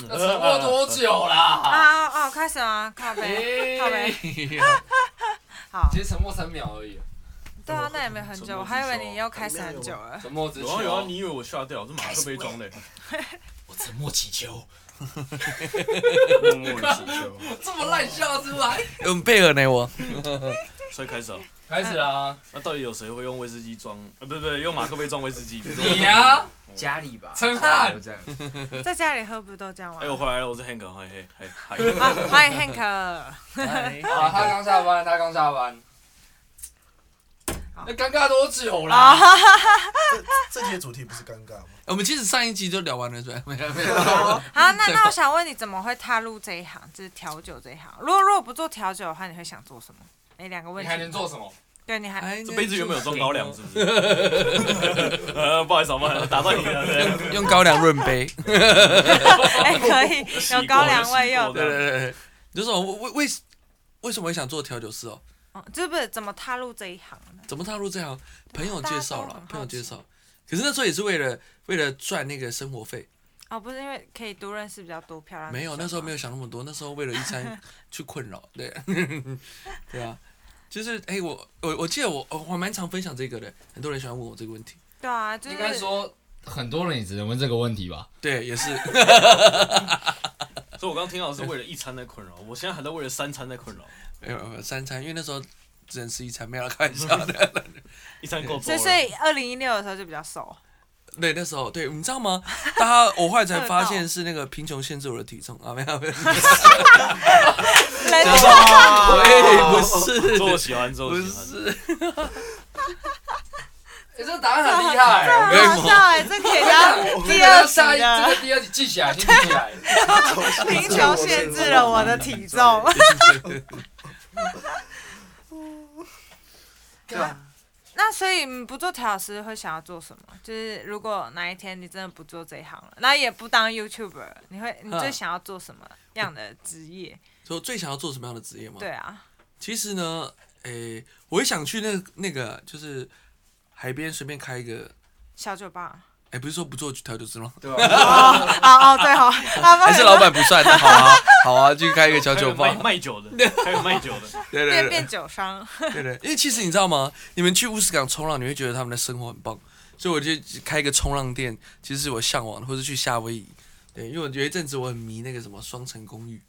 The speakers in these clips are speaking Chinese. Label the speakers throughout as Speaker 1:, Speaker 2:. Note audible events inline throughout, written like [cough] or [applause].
Speaker 1: 要 [laughs] 沉默多久啦？
Speaker 2: 啊啊啊！开始啊，靠背，靠
Speaker 1: [laughs]
Speaker 2: 背，
Speaker 1: 哎
Speaker 2: 好
Speaker 1: 其。实沉默三秒而已，
Speaker 2: 对啊，那也没很久，我还以为你要开始很久了。
Speaker 1: 沉默之
Speaker 3: 有
Speaker 1: 球。
Speaker 3: 啊有啊，你以为我吓掉？这马克杯装的，
Speaker 4: 我沉默祈求。
Speaker 3: 默默的祈求。
Speaker 1: [laughs] 这么烂笑出来？
Speaker 4: 嗯，配合呢我。
Speaker 3: 所以开始啊，
Speaker 1: 哎开始啦，
Speaker 3: 那到底有谁会用威士忌装？呃，不不，用马克杯装威士忌？
Speaker 4: 啊
Speaker 1: 你啊呀，
Speaker 5: 家里吧，
Speaker 1: 陈汉
Speaker 5: 这样，
Speaker 2: 在家里喝不都这样吗
Speaker 3: 哎，？我回来了，我是 Hank，嗨嘿嗨嗨。
Speaker 2: 啊，欢迎 Hank。
Speaker 1: 啊，他刚下班，他刚下班。那尴尬多久
Speaker 2: 啊
Speaker 1: 啦？
Speaker 2: 哈哈，
Speaker 6: 这节主题不是尴尬吗？
Speaker 4: [laughs] 我们其实上一集就聊完了，是吧？
Speaker 3: [laughs]
Speaker 4: 没有没有。
Speaker 2: 好，那那我想问你，怎么会踏入这一行，就是调酒这一行？如果如果不做调酒的话，你会想做什么？哎，两个问
Speaker 1: 你
Speaker 2: 题。
Speaker 1: 还能做什么？
Speaker 2: 对，你
Speaker 4: 哎
Speaker 2: 还
Speaker 3: 这杯子原本有装高粱，是
Speaker 4: [laughs]
Speaker 3: 不是？呃， [laughs] 不好意思，不好意思，打断你了。对
Speaker 4: 用高粱润
Speaker 3: [laughs]
Speaker 4: 杯。
Speaker 2: [laughs] 哎可以有高粱味
Speaker 3: 有洗过
Speaker 2: 又
Speaker 3: 的
Speaker 4: 对对对对，就是我为为为什么会想做调酒师哦？
Speaker 2: 哦，这不是怎么踏入这一行的？
Speaker 4: 怎么踏入这行？朋友
Speaker 2: 大
Speaker 4: 介绍
Speaker 2: 家都很
Speaker 4: 了
Speaker 2: 好，奇
Speaker 4: 朋友介绍。可是那时候也是为了为了赚那个生活费，
Speaker 2: 哦，不是因为可以多认识比较多漂亮。
Speaker 4: 没有那时候没
Speaker 2: 有。
Speaker 4: 有想那么多，那时候为了一
Speaker 2: [laughs]
Speaker 4: 餐去困扰，对， [laughs] 对啊，就是哎、我我我记得我我还蛮常分享这个的，很多人喜欢问我这个问题，
Speaker 2: 对啊，就是
Speaker 1: 应该说很多人也只能问这个问题吧。
Speaker 4: 对，也是， [laughs]
Speaker 3: 所以我刚刚听到的是为了一餐在困扰，我现在还在为了三餐在困扰，
Speaker 4: 没有没有三餐，因为那时候只能吃一餐，没有啦开玩笑的，
Speaker 3: 一餐够多
Speaker 2: 所以
Speaker 3: 了。
Speaker 2: 所以二零一六的时候就比较瘦。
Speaker 4: 对，那时候对，你知道吗？ [laughs] 大家我后来才发现是那个贫穷限制我的体重啊， [laughs] 没有没有，
Speaker 2: 人家
Speaker 4: 喂，
Speaker 3: [laughs]
Speaker 4: 不是，
Speaker 3: 做我喜欢，做我
Speaker 4: 不
Speaker 3: 喜欢。
Speaker 4: 是，
Speaker 1: 哎，这答案很厉害欸。
Speaker 2: 很好笑哎，这可以当第
Speaker 1: 这
Speaker 2: 二
Speaker 1: 个下
Speaker 2: 集
Speaker 1: 一
Speaker 2: 的
Speaker 1: 这个第二集记起来，记起来。
Speaker 2: 贫穷限制了我的体重。
Speaker 1: 对啊，
Speaker 2: 那所以你不做调酒师会想要做什么？就是如果哪一天你真的不做这一行了，那也不当 YouTuber，你会你最想要做什么样的职业？
Speaker 4: 说最想要做什么样的职业吗？
Speaker 2: 对啊，
Speaker 4: 其实呢，诶、我也想去那那个，就是海边随便开一个，
Speaker 2: 小酒吧。
Speaker 4: 哎、不是说不做调酒师吗？
Speaker 1: 对啊，
Speaker 2: 啊哦，对哦，啊
Speaker 4: 还是老板不算 [laughs] 的，好啊，好啊，去开一个小酒
Speaker 3: 还有
Speaker 4: 吧
Speaker 3: 卖，卖
Speaker 4: [laughs]
Speaker 3: 酒的，还有卖酒的，
Speaker 4: 对
Speaker 2: 变
Speaker 4: 对
Speaker 2: 变
Speaker 4: 对
Speaker 2: 酒商，
Speaker 4: 对对，因为其实你知道吗？你们去乌斯港冲浪，你会觉得他们的生活很棒，所以我就开一个冲浪店，其实是我向往的，或者去夏威夷，对，因为我有一阵子我很迷那个什么双层公寓，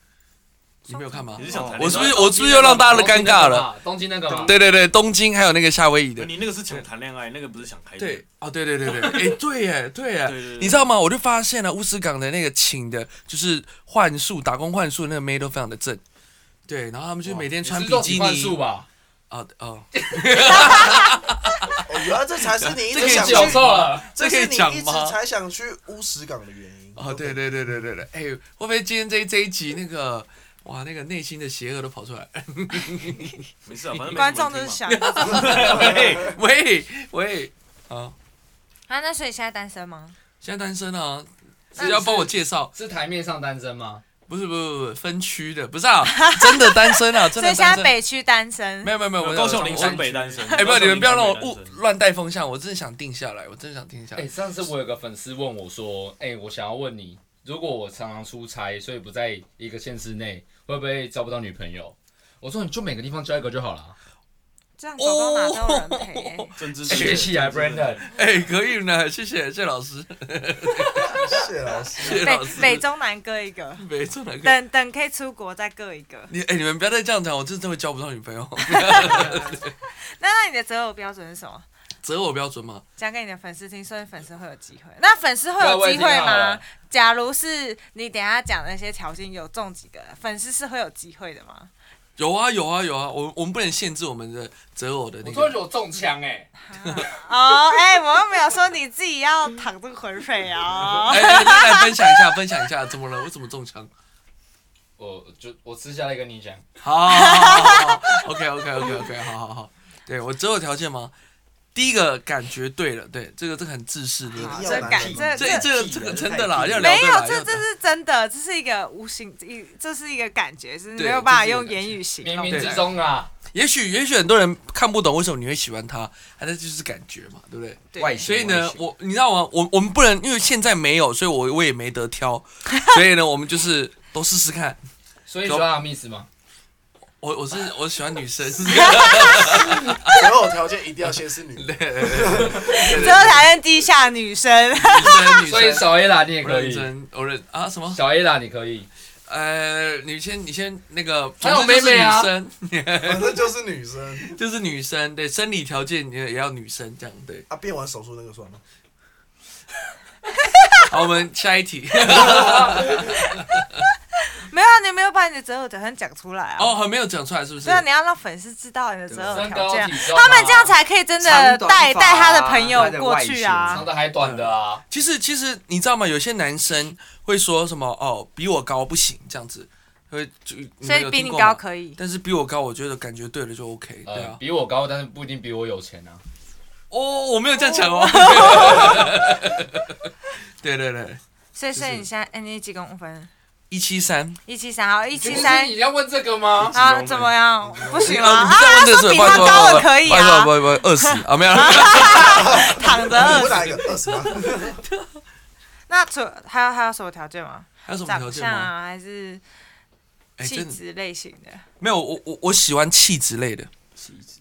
Speaker 4: 你没有看吗
Speaker 3: 你？是想谈恋爱？
Speaker 4: 我是不是我 [laughs] 是不是又让大家的尴尬了？？
Speaker 1: 东京那个嘛，
Speaker 4: 对对对，东京还有那个夏威夷的，
Speaker 3: 哦你那个是想谈恋爱，那个不是想开店
Speaker 4: 对，哦，对对对对，哎，对耶，对耶，
Speaker 3: 对对对
Speaker 4: 你知道吗？我就发现了乌斯港的那个请的，就是幻术打工幻术的那个妹都非常的正，对，然后他们就每天穿
Speaker 1: 你是
Speaker 4: 比
Speaker 1: 肉
Speaker 4: 基
Speaker 1: 体幻术
Speaker 4: 尼，
Speaker 1: 吧？
Speaker 4: 啊哦，
Speaker 6: 哦，原来这才是你一直
Speaker 4: 这可以
Speaker 6: 想
Speaker 4: 讲
Speaker 1: 讲
Speaker 6: 去，
Speaker 1: 错了，
Speaker 4: [laughs]
Speaker 6: 这
Speaker 4: 这可以
Speaker 6: 是你
Speaker 4: 讲
Speaker 6: 一直
Speaker 4: 吗
Speaker 6: 才想去乌石港的原因。
Speaker 4: 哦，对对对对对对，哎，会不会今天这一这一集那个，哇，那个内心的邪恶都跑出来？ [laughs]
Speaker 3: 没事啊，反正没什么人
Speaker 2: 观众都是
Speaker 3: 听嘛
Speaker 2: 想
Speaker 3: [laughs] 对，
Speaker 4: 喂喂，啊，
Speaker 2: 啊。那所以现在单身吗？
Speaker 4: 现在单身啊，
Speaker 1: 那
Speaker 4: 是要帮我介绍？
Speaker 1: 是台面上单身吗？
Speaker 4: 不是不是不是分区的，不是啊， [laughs] 真的单身啊，真
Speaker 2: [laughs] 所
Speaker 4: 的
Speaker 2: 以现在
Speaker 4: 单身，
Speaker 2: 北区单身
Speaker 4: 没。有没有没有，我
Speaker 3: 高雄林
Speaker 4: 山
Speaker 3: 森北单身。
Speaker 4: 哎、不要，你们不要让我
Speaker 3: 高雄林
Speaker 4: 误
Speaker 3: 森北单身
Speaker 4: 乱带风向，我真的想定下来，我真的想定下来。
Speaker 1: 哎、上次我有个粉丝问我说：“哎、我想要问你，如果我常常出差，所以不在一个县市内，会不会交不到女朋友？”我说：“你就每个地方交一个就好了。
Speaker 2: 这样走到哪都有人陪、
Speaker 4: 哦
Speaker 2: 欸。
Speaker 3: 政治”
Speaker 1: 学起来，Brandon。
Speaker 4: 哎、可以呢， [laughs] 谢谢谢谢老师，
Speaker 6: 谢老师，
Speaker 2: [laughs]
Speaker 4: 谢谢
Speaker 2: 北
Speaker 4: [laughs] 老师。
Speaker 2: 北中南各一
Speaker 4: [laughs]
Speaker 2: 个，
Speaker 4: 没错，哪个？
Speaker 2: 等等可以出国再各一个。
Speaker 4: 你哎、你们不要再这样讲，我真的会交不到女朋友。
Speaker 2: 那那你的择偶标准是什么？
Speaker 4: 择偶标准嘛，
Speaker 2: 讲给你的粉丝听，所以粉丝会有机会。那粉丝会有机会
Speaker 1: 各位听好
Speaker 2: 吗
Speaker 1: 了？
Speaker 2: 假如是你等一下讲的那些条件有中几个，粉丝是会有机会的吗？
Speaker 4: 有啊有啊有啊，我我们不能限制我们的择偶的那
Speaker 1: 我突然
Speaker 4: 个。
Speaker 1: 觉得我中枪哎、
Speaker 2: 哦，哎，我又没有说你自己要淌这个浑水哦。
Speaker 4: 哎、哎那来分享一下，分享一下，怎么了？我怎么中枪？
Speaker 1: 我就我私下来跟你讲，
Speaker 4: 好好好好好，OK OK OK OK，好好好。对我择偶条件吗？第一个感觉对了，对，这个这个很自私的啦
Speaker 6: 一。定
Speaker 2: 这
Speaker 6: 要
Speaker 2: 感
Speaker 6: 男
Speaker 2: 这
Speaker 6: 生
Speaker 4: 这这个这个真的啦，要聊
Speaker 2: 没
Speaker 4: 对
Speaker 2: 有
Speaker 4: 啦，
Speaker 2: 这
Speaker 4: 要
Speaker 2: 这
Speaker 4: 聊
Speaker 2: 是真的，这是一个无形，一这是一个感觉，是
Speaker 4: 对
Speaker 2: 没有办法
Speaker 4: 这是一个
Speaker 2: 用言语形
Speaker 1: 冥
Speaker 2: 容
Speaker 1: 冥
Speaker 2: 的。
Speaker 1: 之中啊，
Speaker 4: 也许也许很多人看不懂为什么你会喜欢他，但是就是感觉嘛，对不对？
Speaker 2: 对
Speaker 1: 外
Speaker 4: 所以
Speaker 1: 外
Speaker 4: 呢，
Speaker 1: 形
Speaker 4: 我你知道吗？我我们不能因为现在没有，所以我我也没得
Speaker 2: [laughs]
Speaker 4: 挑，所以呢，我们就是都试试看。
Speaker 1: 所以你喜欢阿密斯吗？
Speaker 4: 我我是我喜欢女生， [laughs]
Speaker 6: 择偶条件一定要先
Speaker 4: [laughs]
Speaker 6: 是女的，啊
Speaker 2: 最后讨厌地下女生， [laughs]
Speaker 4: 女生女
Speaker 1: 所以
Speaker 4: 生，
Speaker 1: 小 A 啦你也
Speaker 4: 我
Speaker 1: 可
Speaker 4: 认
Speaker 1: 以，
Speaker 4: 真我认啊什么？
Speaker 1: 小 A 啦你可以，
Speaker 4: 呃，你先你先那个，
Speaker 1: 还有
Speaker 4: 总之就是
Speaker 1: 妹妹啊
Speaker 4: 女生 [laughs]
Speaker 6: 反正就是女生。
Speaker 4: 就是女生，对，生理条件也也要女生这样，对。
Speaker 6: 啊，变完手术那个算吗？
Speaker 4: 好，我们下一题。 [laughs]
Speaker 2: 没有啊，你没有把你的择偶条件讲出来啊。
Speaker 4: 哦，很没有讲出来，是不是
Speaker 2: 对？啊，你要让粉丝知道你的
Speaker 4: 哦
Speaker 2: 择偶
Speaker 1: 身
Speaker 2: 条
Speaker 1: 高
Speaker 2: 件
Speaker 1: 体
Speaker 2: 啊，
Speaker 1: 重啊，
Speaker 2: 他们这样才可以真的
Speaker 5: 长短
Speaker 2: 带
Speaker 5: 发
Speaker 2: 带他的
Speaker 5: 啊
Speaker 2: 朋友
Speaker 5: 他的
Speaker 2: 过
Speaker 5: 外
Speaker 2: 去
Speaker 5: 形
Speaker 2: 啊
Speaker 1: 长。得还短的啊，
Speaker 4: 其实其实你知道吗？有些男生会说什么哦，比我高不行这样子，会就
Speaker 2: 所以比你高，可以
Speaker 4: 以。但是比我高，我觉得感觉对了就 OK，对
Speaker 1: 呃
Speaker 4: 啊，。
Speaker 1: 比我高，但是不一定比我有钱啊。
Speaker 4: 哦，我没有这样讲哦。
Speaker 2: 哦
Speaker 4: [laughs] 对对对，
Speaker 2: 所以，所以
Speaker 4: 就是
Speaker 2: 你现在，哎，你几公分？
Speaker 4: 一七三，
Speaker 2: 一七三，好，一七
Speaker 1: 不是
Speaker 2: 三
Speaker 1: 你，要问这个
Speaker 4: [laughs]
Speaker 1: 吗？
Speaker 2: 啊，怎么样？不行吗？啊，
Speaker 4: 啊你不要问这个
Speaker 2: 说
Speaker 4: 是
Speaker 2: 比
Speaker 4: 不好
Speaker 2: 他
Speaker 4: 意思不好
Speaker 2: 高
Speaker 4: 意
Speaker 2: 的
Speaker 4: 思
Speaker 2: 可以
Speaker 4: 不好意思，
Speaker 2: 啊
Speaker 4: 不，好意思不好意思，二十啊，
Speaker 2: [laughs]
Speaker 4: 没有啦。
Speaker 2: 躺着
Speaker 4: 啊
Speaker 6: 我
Speaker 4: [laughs]
Speaker 2: 二
Speaker 6: 哪
Speaker 2: 十。
Speaker 6: 一个二十八？
Speaker 2: 那除还有还有什么条件吗？
Speaker 4: 还有什么条
Speaker 2: 长
Speaker 4: 件
Speaker 2: 相
Speaker 4: 吗？
Speaker 2: 啊，还是
Speaker 4: 哎，
Speaker 2: 气
Speaker 4: 真的
Speaker 2: 质类型的？
Speaker 4: 没有，我我我喜欢气质类的，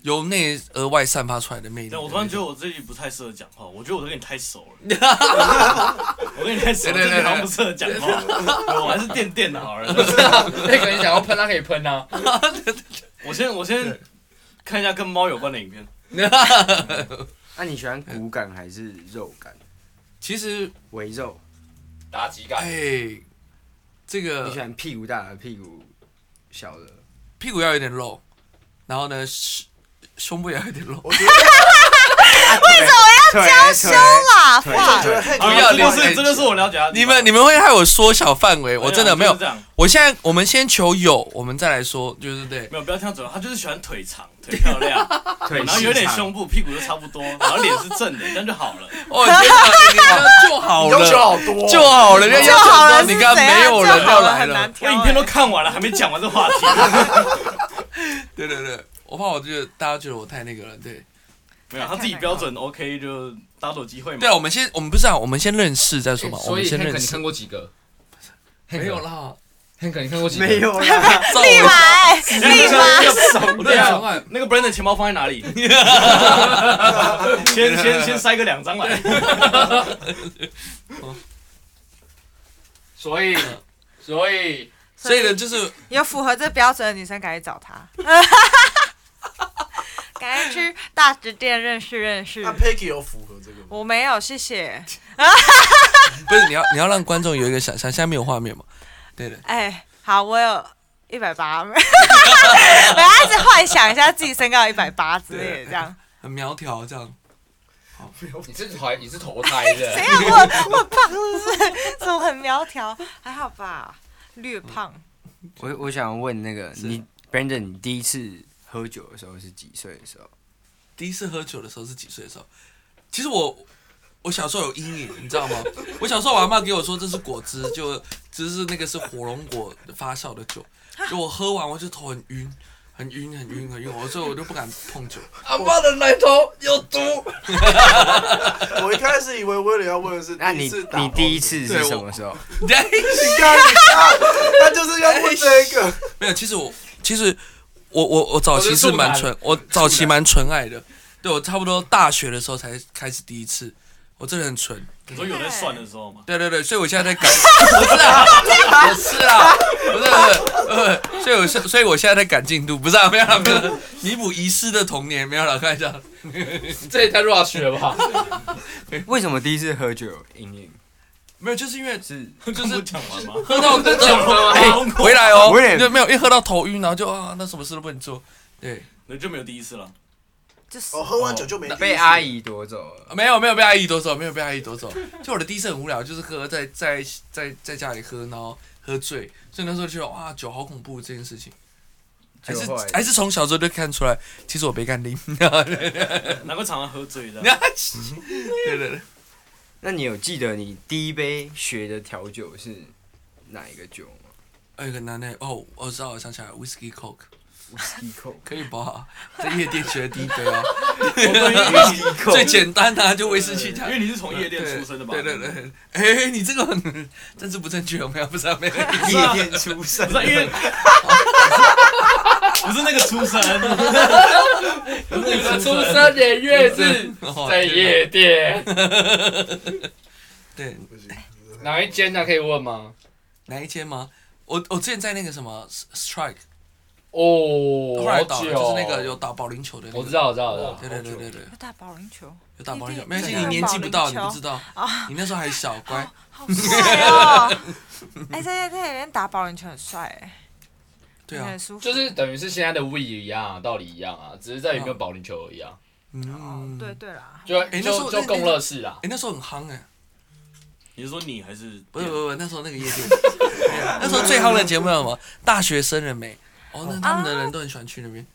Speaker 4: 由内而外散发出来的魅力。
Speaker 3: 但我突然觉得我自己不太适合讲话，我觉得我都跟你太熟了，
Speaker 4: [laughs]
Speaker 3: 我跟你太熟了，
Speaker 4: 对对对
Speaker 3: 真的好像不适合讲话。 [laughs] 我还是垫垫的
Speaker 4: [laughs]
Speaker 3: 好了。
Speaker 1: 那个人想要喷，他可以喷啊。
Speaker 3: 我先我先看一下跟猫有关的影片，
Speaker 5: 那你喜欢骨感还是肉感？
Speaker 4: [laughs] 其实，
Speaker 5: 围肉？
Speaker 1: 打几杆？
Speaker 4: 哎，这
Speaker 5: 你喜
Speaker 4: 个
Speaker 5: 欢屁股大的，屁股小的？
Speaker 4: 屁股要有点露，然后呢，胸胸部也要有点露。
Speaker 6: 我觉得
Speaker 5: 为什么要娇羞啦？
Speaker 2: 啊，
Speaker 5: 腿
Speaker 2: 哇
Speaker 6: 我觉得汉
Speaker 4: 不要
Speaker 3: 啊这个
Speaker 4: 脸哎
Speaker 3: 是这个是我了解他的地
Speaker 4: 你
Speaker 3: 方。
Speaker 4: 们你们会害我缩小范围，啊我真的没
Speaker 3: 就
Speaker 4: 有
Speaker 3: 是。这样，
Speaker 4: 我现在我们先求有，我们再来说，就是对。
Speaker 3: 没有不要这样子，他就是喜欢腿长腿漂亮，
Speaker 5: 腿
Speaker 3: 然后有点
Speaker 5: 细长
Speaker 3: 胸，部屁股就差不多，然后脸是正的，这样就好了。
Speaker 4: [laughs] 哦，天哪，你这样就好
Speaker 6: 要求
Speaker 4: 了，
Speaker 6: 好多，
Speaker 4: [laughs] 就
Speaker 6: [laughs]
Speaker 4: 啊好了，人家
Speaker 2: 就
Speaker 4: 要求
Speaker 2: 好了，
Speaker 4: 你
Speaker 2: 是
Speaker 4: 刚
Speaker 2: 怎
Speaker 4: 刚
Speaker 2: 样
Speaker 4: 没有人
Speaker 2: 就好
Speaker 4: 要
Speaker 2: 了，
Speaker 4: 来
Speaker 2: 很难
Speaker 4: 了。
Speaker 3: 我
Speaker 2: 挑。
Speaker 3: 影片都
Speaker 2: 哎
Speaker 3: 看完了，还没讲完这话题。
Speaker 4: 对对对，我怕我觉得大家觉得我太那个了，对。
Speaker 3: 没有，他自己标准 OK 就大家都有机会嘛。
Speaker 4: 对啊，我们先我们不是啊，我们先认识再说嘛，我
Speaker 1: 哎所
Speaker 4: 们
Speaker 1: 以
Speaker 4: 先
Speaker 1: Hank
Speaker 4: 认
Speaker 1: 你看
Speaker 4: 识。
Speaker 1: 过几个？
Speaker 4: 没有啦，
Speaker 1: ，Hank 你看过几个？
Speaker 5: 没。有啦，
Speaker 4: 造
Speaker 2: 立
Speaker 4: 我
Speaker 2: 马， [laughs] 哎
Speaker 3: 那个
Speaker 2: 立马，
Speaker 4: 我
Speaker 3: 对
Speaker 4: 在想
Speaker 3: 啊
Speaker 4: 话，
Speaker 3: 那个 Brandon 的钱包放在
Speaker 4: [laughs]
Speaker 3: 哪里？先先先塞个两张来。
Speaker 1: 所以，所以
Speaker 4: 所以呢，就是
Speaker 2: 有符合这标准的女生赶紧找他， [laughs] 赶紧去大直店认识认识
Speaker 6: 那。Peggy 啊有符合这个吗？
Speaker 2: 我没有，谢 [laughs] 谢。
Speaker 4: 不是你要你要让观众有一个想象，现在没有画面嘛？对的，
Speaker 2: 哎，好，我有一百八， [laughs] 我要一直幻想一下自己身高一百八之类的这样。
Speaker 4: 很苗条这样。
Speaker 1: 你是怀你是投胎
Speaker 2: 怎
Speaker 1: 的，
Speaker 5: 啊
Speaker 2: 样？哎我我很胖是不是？怎么很苗条？还好吧，略胖。
Speaker 5: 我我想问那个
Speaker 4: 是
Speaker 5: 你，Brandon，你第一次喝酒的时候是几岁的时候？
Speaker 4: 第一次喝酒的时候是几岁的时候？其实我我小时候有阴影，你知道吗？ [laughs] 我小时候我阿妈给我说这是果汁，就只是那个是火龙果发酵的酒，就我喝完我就头很晕。很晕，很晕，很晕，我所以我就不敢
Speaker 2: [laughs]
Speaker 4: 碰酒。
Speaker 1: 阿妈的奶头有毒。
Speaker 6: 我一开始以为威廉要问的是
Speaker 5: 那你
Speaker 6: 一次打
Speaker 5: 你第一次
Speaker 4: 对
Speaker 5: 是
Speaker 4: 我
Speaker 5: 什么时候？
Speaker 6: 你看你看，他就是要问这
Speaker 4: [laughs]
Speaker 6: 个。
Speaker 4: 没有，其实我其实我我我早期是蛮纯，我早期蛮纯爱的。对我差不多大学的时候才开始第一次，我真的很纯。
Speaker 3: 你说有在算的时候嘛？
Speaker 4: 对对对，所以我现在在改，不是啊，不是啊，不是不是不是，所以我现所以我现在在赶进度，不是啊，没有啦，没有啦，弥补遗失的童年，没有啦，开玩笑。
Speaker 1: 这也太 rush 了吧？
Speaker 5: 为什么第一次喝酒有阴影？
Speaker 4: 没有，就是因为
Speaker 5: 是
Speaker 3: 就是不 [laughs] 讲完吗？
Speaker 4: 喝到这种
Speaker 3: 哎
Speaker 4: 回来哦
Speaker 5: 我也，
Speaker 4: 就没有，一喝到头晕，然后就啊，那什么事都不能做。对，
Speaker 3: 那就没有第一次了。
Speaker 2: 就是
Speaker 6: 哦，喝完酒就没
Speaker 5: 被阿姨夺走了。
Speaker 4: 没有没有被阿姨夺走，没有被阿姨夺走。就我的第一次很无聊，就是喝在在在在家里喝，然后喝醉，所以那时候就觉得哇，酒好恐怖这件事情。还是
Speaker 5: 酒后来
Speaker 4: 还是从小时候就看出来，其实我没干 [laughs] 零。
Speaker 3: 难怪常常喝醉的
Speaker 4: 你。看，对对对，
Speaker 5: 那你有记得你第一杯学的调酒是哪一个酒吗？
Speaker 4: 欸哎，很难呢。哦，我知道，我想起来，Whisky Coke，
Speaker 6: 一口，
Speaker 4: 可以吧？在夜店学的第一杯啊，
Speaker 3: 我们因为
Speaker 6: 一口
Speaker 4: [laughs] 最简单的、啊、就威士忌
Speaker 3: 你
Speaker 4: 加
Speaker 3: 因为你是从夜店
Speaker 4: 对
Speaker 3: 出身的嘛，
Speaker 4: 对对
Speaker 3: 不
Speaker 4: 对，哎、你这个很政治不正确，我们要不
Speaker 3: [laughs]
Speaker 4: 知道没有？
Speaker 6: 夜店出
Speaker 5: [laughs]
Speaker 6: 身，
Speaker 3: 是啊因
Speaker 4: [laughs]
Speaker 3: 为不是那个出身，
Speaker 1: 你们出生年月日
Speaker 4: [laughs] 哦
Speaker 1: [laughs] 在夜店，
Speaker 4: 对
Speaker 1: 哪一间呢、啊可以问吗？
Speaker 4: 哪一间吗？我我之前在那个什么 Strike，
Speaker 1: 哦，
Speaker 4: 后
Speaker 1: 好
Speaker 4: 来倒了，
Speaker 1: 久
Speaker 4: 就是那个有打保龄球的、那个
Speaker 1: 我知，道，我知道，我知道。
Speaker 4: 对对对对对，
Speaker 2: 有打保龄球，
Speaker 4: 有打保龄球，
Speaker 2: 一定
Speaker 4: 没关系，
Speaker 2: 一定
Speaker 4: 你
Speaker 2: 有
Speaker 4: 年纪不
Speaker 2: 保
Speaker 4: 到，
Speaker 2: 龄
Speaker 4: 你
Speaker 2: 球啊
Speaker 4: 不知道，你那时候还小，乖，
Speaker 2: 好帅哦！哎，在夜店里面打保龄球很帅哎，
Speaker 4: 对啊
Speaker 2: 很，舒服。
Speaker 1: 就是等于是现在的 We 一样、啊，道理一样啊，只是在于跟保龄球一样，
Speaker 4: 嗯
Speaker 2: 哦，，对对啦，
Speaker 1: 就
Speaker 4: 那时
Speaker 1: 就
Speaker 4: 候
Speaker 1: 就
Speaker 4: 那
Speaker 1: 共乐式啦
Speaker 4: 哎、。那时候很夯哎、
Speaker 3: 你是说你还是
Speaker 4: 不是不是不是，那时候那个夜店， [laughs] 啊那时候最夯的节目叫什么？大学生了没？哦，那他们的人都很喜欢去那边，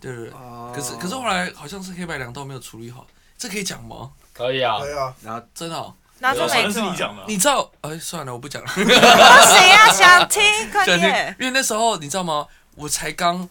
Speaker 4: 对对对。
Speaker 1: 哦
Speaker 5: 哦
Speaker 4: 可是可是后来好像是黑白两道没有处理好，这可以讲吗？
Speaker 1: 可以啊，
Speaker 6: 对
Speaker 4: [laughs]
Speaker 6: 啊，
Speaker 4: 真的、哦，
Speaker 2: 然后
Speaker 3: 好
Speaker 2: 就没
Speaker 3: 像是
Speaker 2: 做
Speaker 3: 你。
Speaker 1: 哦
Speaker 3: 讲的啊，
Speaker 4: 你知道？哎，算了，我不讲了。
Speaker 2: 啊谁呀？想听？快
Speaker 4: 讲听
Speaker 2: 点！
Speaker 4: 因为那时候你知道吗？我才刚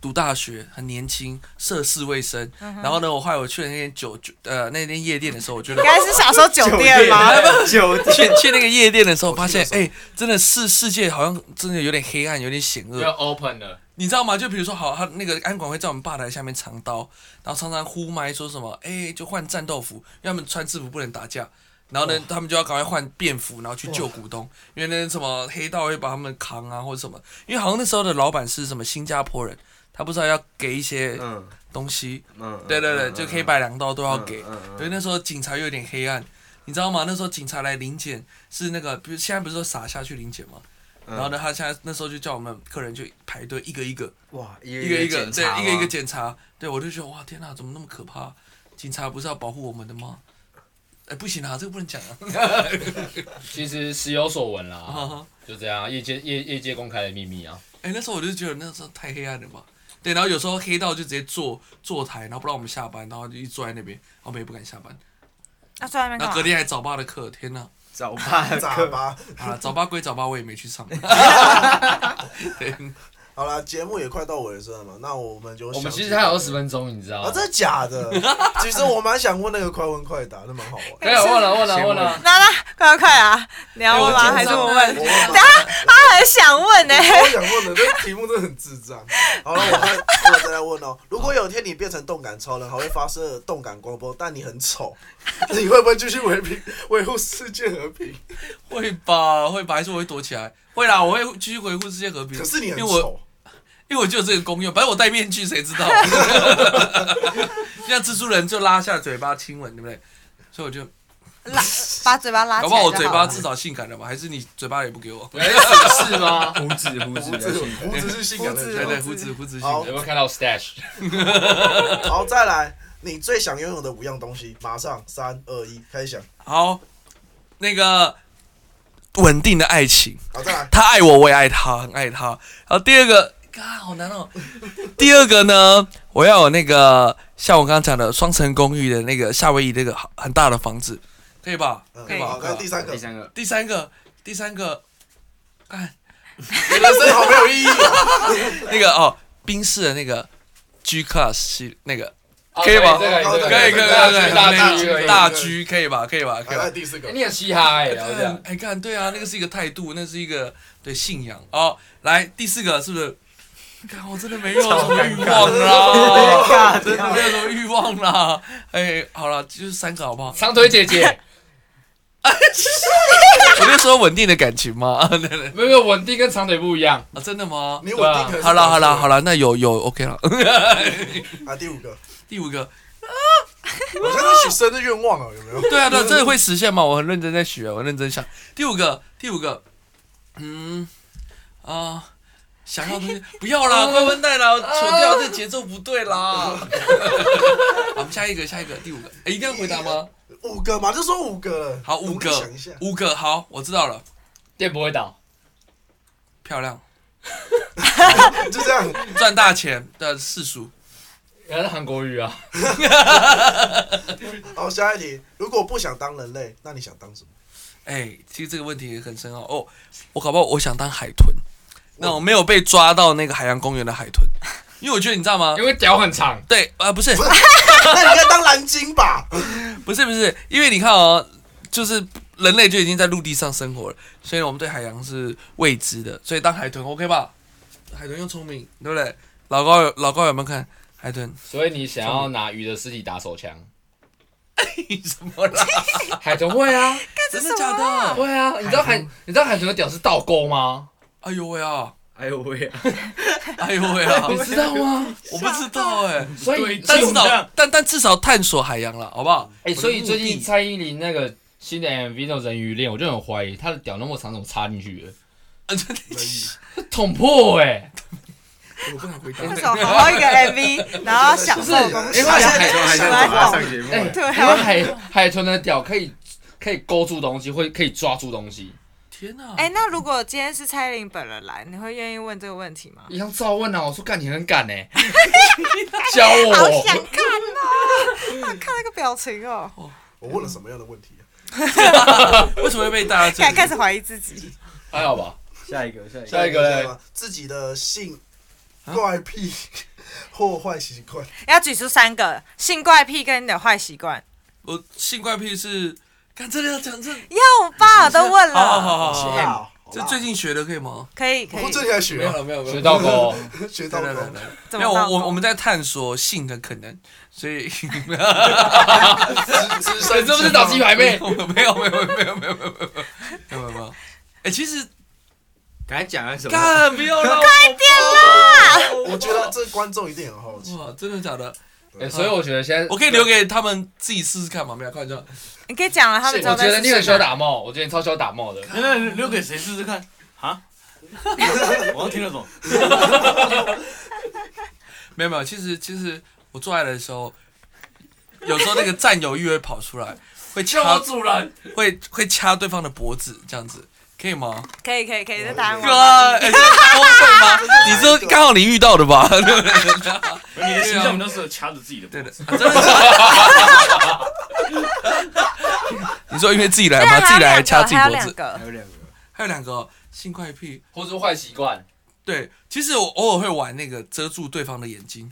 Speaker 4: 读大学，很年轻，涉世未深。然后呢，我后来我去了那间酒酒呃那间夜店的时候，我觉得
Speaker 2: 应该是小时候酒店吧？
Speaker 5: [laughs]
Speaker 6: 酒店
Speaker 4: 去去那个夜店的时候，发现哎、真的是世界好像真的有点黑暗，有点险恶
Speaker 1: 就。open 了，
Speaker 4: 你知道吗？就比如说，好，他那个安管会在我们吧台下面藏刀，然后常常呼麦说什么，哎、就换战斗服，因为他们穿制服不能打架。然后呢，他们就要赶快换便服，然后去救股东，因为那什么黑道会把他们扛啊，或者什么。因为好像那时候的老板是什么新加坡人，他不知道要给一些
Speaker 6: 嗯
Speaker 4: 东西，
Speaker 6: 嗯，
Speaker 4: 对对对，就黑白两道都要给。
Speaker 6: 嗯嗯
Speaker 4: 对，那时候警察有点黑暗，你知道吗？那时候警察来临检是那个，比如现在不是说撒下去临检吗？然后呢，他现在那时候就叫我们客人去排队，一个一个，
Speaker 6: 哇，一
Speaker 4: 一个一个，
Speaker 6: 检
Speaker 4: 对
Speaker 6: 查，
Speaker 4: 一个一个
Speaker 6: 吗
Speaker 4: 检查。对，我就觉得哇，天哪，怎么那么可怕？警察不是要保护我们的吗？哎，不行啊，这个不能讲啊。
Speaker 1: 其实时有所闻
Speaker 4: 哈
Speaker 1: 啦，
Speaker 4: 哈
Speaker 1: 就这样，业界业业界公开的秘密啊。
Speaker 4: [laughs] 哎，那时候我就觉得那时候太黑暗了吧。对，然后有时候黑道就直接坐坐台，然后不让我们下班，然后就一坐在那边，然后我们也不敢下班。
Speaker 2: 那坐在那边
Speaker 4: 然
Speaker 2: 干
Speaker 4: 后隔
Speaker 2: 嘛？
Speaker 4: 天还早八的课，
Speaker 2: [laughs]
Speaker 4: 天哪！
Speaker 6: 早八
Speaker 7: 咋吧？
Speaker 4: 好了，早八归早八，我也没去上班。
Speaker 2: [laughs]
Speaker 4: 对，
Speaker 7: 好了，节目也快到尾声了嘛，那我们就
Speaker 1: 我们
Speaker 7: 想
Speaker 1: 其实
Speaker 7: 知
Speaker 1: 还有
Speaker 7: 道
Speaker 1: 二十分钟，你知道
Speaker 4: 哦
Speaker 7: 啊，
Speaker 1: 吗？
Speaker 7: 真的假的？其实我蛮想问那个快问快答，那蛮
Speaker 2: [laughs]
Speaker 7: 好玩。
Speaker 1: 没有问啊了问了问了，
Speaker 2: 那那快快啊！你要问
Speaker 4: 哎
Speaker 2: 吗？
Speaker 4: 我
Speaker 2: 还
Speaker 4: 紧
Speaker 2: 是
Speaker 4: 张
Speaker 2: 我
Speaker 4: 了
Speaker 2: 问？
Speaker 7: 我问
Speaker 2: 他很想问
Speaker 4: [laughs]
Speaker 2: 呢。
Speaker 7: 我想问的，这题目真的很智障。好了，我再我再来问哦。如果有一天你变成动感超人，还会发射动感光波，但你很
Speaker 2: [laughs]
Speaker 7: 丑，你会不会继续维平维护世界和平？
Speaker 4: 会吧，会吧，还是我会躲起来？会啦，我会继续维护世界和平。
Speaker 7: 可是你很
Speaker 4: 因为我
Speaker 7: 丑，
Speaker 4: 因为我就有这个功用，反正我戴面具，谁知道？ [laughs] 像蜘蛛人就拉下嘴巴亲吻，对不对？所以我就，
Speaker 2: 拉，把嘴巴拉起来。
Speaker 4: 搞不好我嘴巴至。少性感了吧？还是你嘴巴也不给我？
Speaker 1: 哎是是吗？
Speaker 5: 胡子胡子
Speaker 7: 胡
Speaker 5: 比较
Speaker 7: 子
Speaker 5: 性感
Speaker 7: 胡子是性感
Speaker 2: 胡
Speaker 7: 的
Speaker 2: 子
Speaker 4: 对
Speaker 7: 象
Speaker 4: 对，
Speaker 7: 征。
Speaker 4: 胡子胡子性
Speaker 1: 有
Speaker 4: 感
Speaker 1: 没。有看到 [laughs] stash？
Speaker 7: 好，再来，你最想拥有的五样东西，马上三二一，开始想。
Speaker 4: 好，那个稳定的爱情，
Speaker 7: 好，再来，
Speaker 4: 他爱我，我也爱他，很爱他。然后第二个，啊，好难哦。第二个呢，我要有那个像我刚刚讲的双层公寓的那个夏威夷那个很大的房子，可以吧？
Speaker 7: 嗯
Speaker 4: 可以，吧
Speaker 7: 好，？再来第三个
Speaker 5: 第，三个
Speaker 4: 第三个，第三个，哎看
Speaker 7: 你 [laughs] 人生好没有意义哦。
Speaker 4: [laughs] 那个哦，宾士的那个 G Class 系那个，
Speaker 1: 哦
Speaker 4: 可以吗
Speaker 1: 这个
Speaker 7: 可以
Speaker 1: 这个
Speaker 4: 可以可以
Speaker 1: 大
Speaker 4: 可
Speaker 1: 狙
Speaker 4: 以，
Speaker 1: 大狙
Speaker 4: 可以可
Speaker 1: 可
Speaker 4: 以
Speaker 1: 以
Speaker 4: 大 G 可以吧？可以吧？可以
Speaker 7: 好，再来
Speaker 4: 吧？
Speaker 7: 第四个
Speaker 1: 哎，你很嘻哈哎，然后这
Speaker 4: 看
Speaker 1: 样，
Speaker 4: 哎看，对啊，那个是一个态度，那是一个对信仰哦。来，第四个是不是？看，我真的没有什么欲望啦。真的没有什么欲望啦。哎，好了，就是三个好不好？
Speaker 1: 长腿姐姐，
Speaker 4: 我那时候稳定的感情吗？啊 [laughs] 对对
Speaker 1: 没有没有稳定跟长腿不一样，
Speaker 4: 啊，真的吗？
Speaker 7: 你稳定可能
Speaker 4: 啊好了好了好
Speaker 7: 了
Speaker 4: 了，那有有 OK 了。
Speaker 7: 啊，第五个，
Speaker 4: [laughs] 第五个，
Speaker 7: 我现在许生日愿望了，有没有？
Speaker 4: [laughs] 对啊对啊，真的会实现吗？我很认真在学，我很认真想。第五个，第五个，嗯啊、想要的东西不要啦，快问带啦，扯掉这节奏不对啦。 [laughs] 好我们下一个，下一个，第五个，哎、一定要回答吗？
Speaker 7: 五个嘛，就说五个了。
Speaker 4: 好，五
Speaker 7: 努力
Speaker 4: 个
Speaker 7: 想一下，，
Speaker 4: 五个，好，我知道了，
Speaker 1: 电不会倒，
Speaker 4: 漂亮，
Speaker 7: 就这样。
Speaker 4: 赚大钱的世俗，
Speaker 1: 原来是韩国语啊，
Speaker 7: 好，下一题，如果不想当人类，那你想当什么？ [laughs]
Speaker 4: 哎、其实这个问题也很深奥哦。我搞不好我想当海豚，那种没有被抓到那个海洋公园的海豚，因为我觉得你知道吗
Speaker 1: [laughs] 因？为屌很长，
Speaker 4: 对，啊，不是，
Speaker 7: 那你应该当蓝鲸吧？
Speaker 4: 不是，不是，因为你看哦，就是人类就已经在陆地上生活了，所以我们对海洋是未知的，所以当海豚 OK 吧？海豚又聪明，对不对？老高有老高有没有看海豚？
Speaker 1: 所以你想要拿鱼的尸体打手枪，
Speaker 4: 什哎么啦？
Speaker 1: [laughs] 海豚会啊，
Speaker 4: 真的假的？
Speaker 1: 会啊，你知道海你知道海豚的屌是倒钩吗？
Speaker 4: 哎呦喂啊！
Speaker 5: 哎呦喂啊！
Speaker 4: 哎呦喂啊！
Speaker 1: 你知道吗？
Speaker 4: [laughs] 我不知道哎、
Speaker 1: 所以
Speaker 4: 但
Speaker 1: 所
Speaker 4: 至
Speaker 1: 以
Speaker 4: 少但但至少探索海洋了，好不好？ [laughs]
Speaker 1: 哎，所以最近
Speaker 4: 我的目的
Speaker 1: 蔡依林那个新的 MV 那种人鱼恋，我就很怀疑她的屌那么长，怎么插进去的？
Speaker 4: 啊真的
Speaker 1: 捅破哎，
Speaker 4: 我不敢回答
Speaker 2: 为什么好好一个
Speaker 4: [laughs]
Speaker 2: MV，然后享受东西？
Speaker 1: 因为海
Speaker 5: 海豚还想找他上节目
Speaker 1: 哎，
Speaker 5: 了，
Speaker 2: 对啊
Speaker 1: 因为海海豚的屌可以可以勾住东西，会可以抓住东西。
Speaker 4: 天哪、 [laughs]
Speaker 2: 哎、那如果今天是蔡依林本人来，你会愿意问这个问题吗？
Speaker 1: 一样照问啊，我说干你很敢呢、 [laughs] 教我。
Speaker 2: 好想看哦！ [laughs] 啊，看那个表情哦，
Speaker 7: 我问了什么样的问题啊？
Speaker 4: 为什么会被大家
Speaker 2: 开
Speaker 4: 这
Speaker 2: 开始怀疑自己。
Speaker 1: 还好吧？
Speaker 5: 下一个，下一
Speaker 1: 下
Speaker 5: 个，
Speaker 1: 一个嘞
Speaker 7: 知道吗自己的性怪
Speaker 4: 啊
Speaker 7: 癖 [laughs] 或坏习惯，
Speaker 2: 要举出三个性怪癖跟你的坏习惯，
Speaker 4: 我性怪癖是，看这里要讲这，
Speaker 2: 要吧？哦都问了，
Speaker 4: [laughs] 好好好好
Speaker 7: 好
Speaker 4: 好，
Speaker 7: 辣哦
Speaker 4: 这最近学的可以吗？
Speaker 2: 可以可
Speaker 7: 我
Speaker 2: 以，
Speaker 7: 这里还学
Speaker 4: 没有
Speaker 7: 啊
Speaker 4: 了，没有没有，
Speaker 1: 学到过，
Speaker 7: 学到
Speaker 4: 来来
Speaker 7: 了
Speaker 4: 来
Speaker 7: 吗，
Speaker 4: 来，
Speaker 2: 怎
Speaker 4: 没
Speaker 2: 么
Speaker 4: 有
Speaker 2: 闹
Speaker 4: 我
Speaker 2: 钟
Speaker 4: 我我们在探索性的可能，所以
Speaker 1: 你是不是打鸡排妹？
Speaker 4: [laughs] 没有没有没有没有没有没有没有没有没有没有，哎，其实
Speaker 5: 刚才讲了什么？
Speaker 4: 干不要让快点
Speaker 7: 我觉得这观众一定很好
Speaker 4: [laughs]
Speaker 7: 奇。
Speaker 4: 哇，真的假的？
Speaker 1: 欸所以我觉得现在
Speaker 4: 我可以留给他们自己试试看嘛，没有开玩笑，
Speaker 2: 你可以讲了，他们知
Speaker 1: 我
Speaker 2: 道
Speaker 1: 觉
Speaker 2: 在
Speaker 1: 得你很
Speaker 2: 是啊
Speaker 1: 喜欢打帽，我觉得你超喜欢打帽的。
Speaker 3: 那那留给谁试试看？
Speaker 4: [laughs]
Speaker 3: 啊？我要听得懂。
Speaker 4: 没有没有，其实其实我做爱的时候，有时候那个占有欲会跑出来，会掐
Speaker 1: 主人，
Speaker 4: 会会掐对方的脖子这样子，可以 [laughs] 吗？
Speaker 2: 可以可以可以，这答案我
Speaker 4: 哥，
Speaker 2: 满意
Speaker 4: 哎这是公会吗？你说刚好你遇到的吧？对 [laughs] 不对？
Speaker 3: 你的形象比较适合掐着自己的
Speaker 4: 对
Speaker 3: 脖
Speaker 4: 的
Speaker 3: 子。，
Speaker 4: 啊真的假的。你说因为自己来
Speaker 2: 对
Speaker 4: 吗？
Speaker 2: 啊，
Speaker 4: 自己来
Speaker 2: 还有
Speaker 4: 还掐
Speaker 2: 两
Speaker 4: 自
Speaker 2: 个，还有
Speaker 4: 己脖
Speaker 2: 两个
Speaker 4: 子，
Speaker 5: 还，有两个，
Speaker 4: 还有两个性怪癖。
Speaker 1: 或是坏习惯，
Speaker 4: 对，其实我偶尔会玩那个遮住对方的眼睛，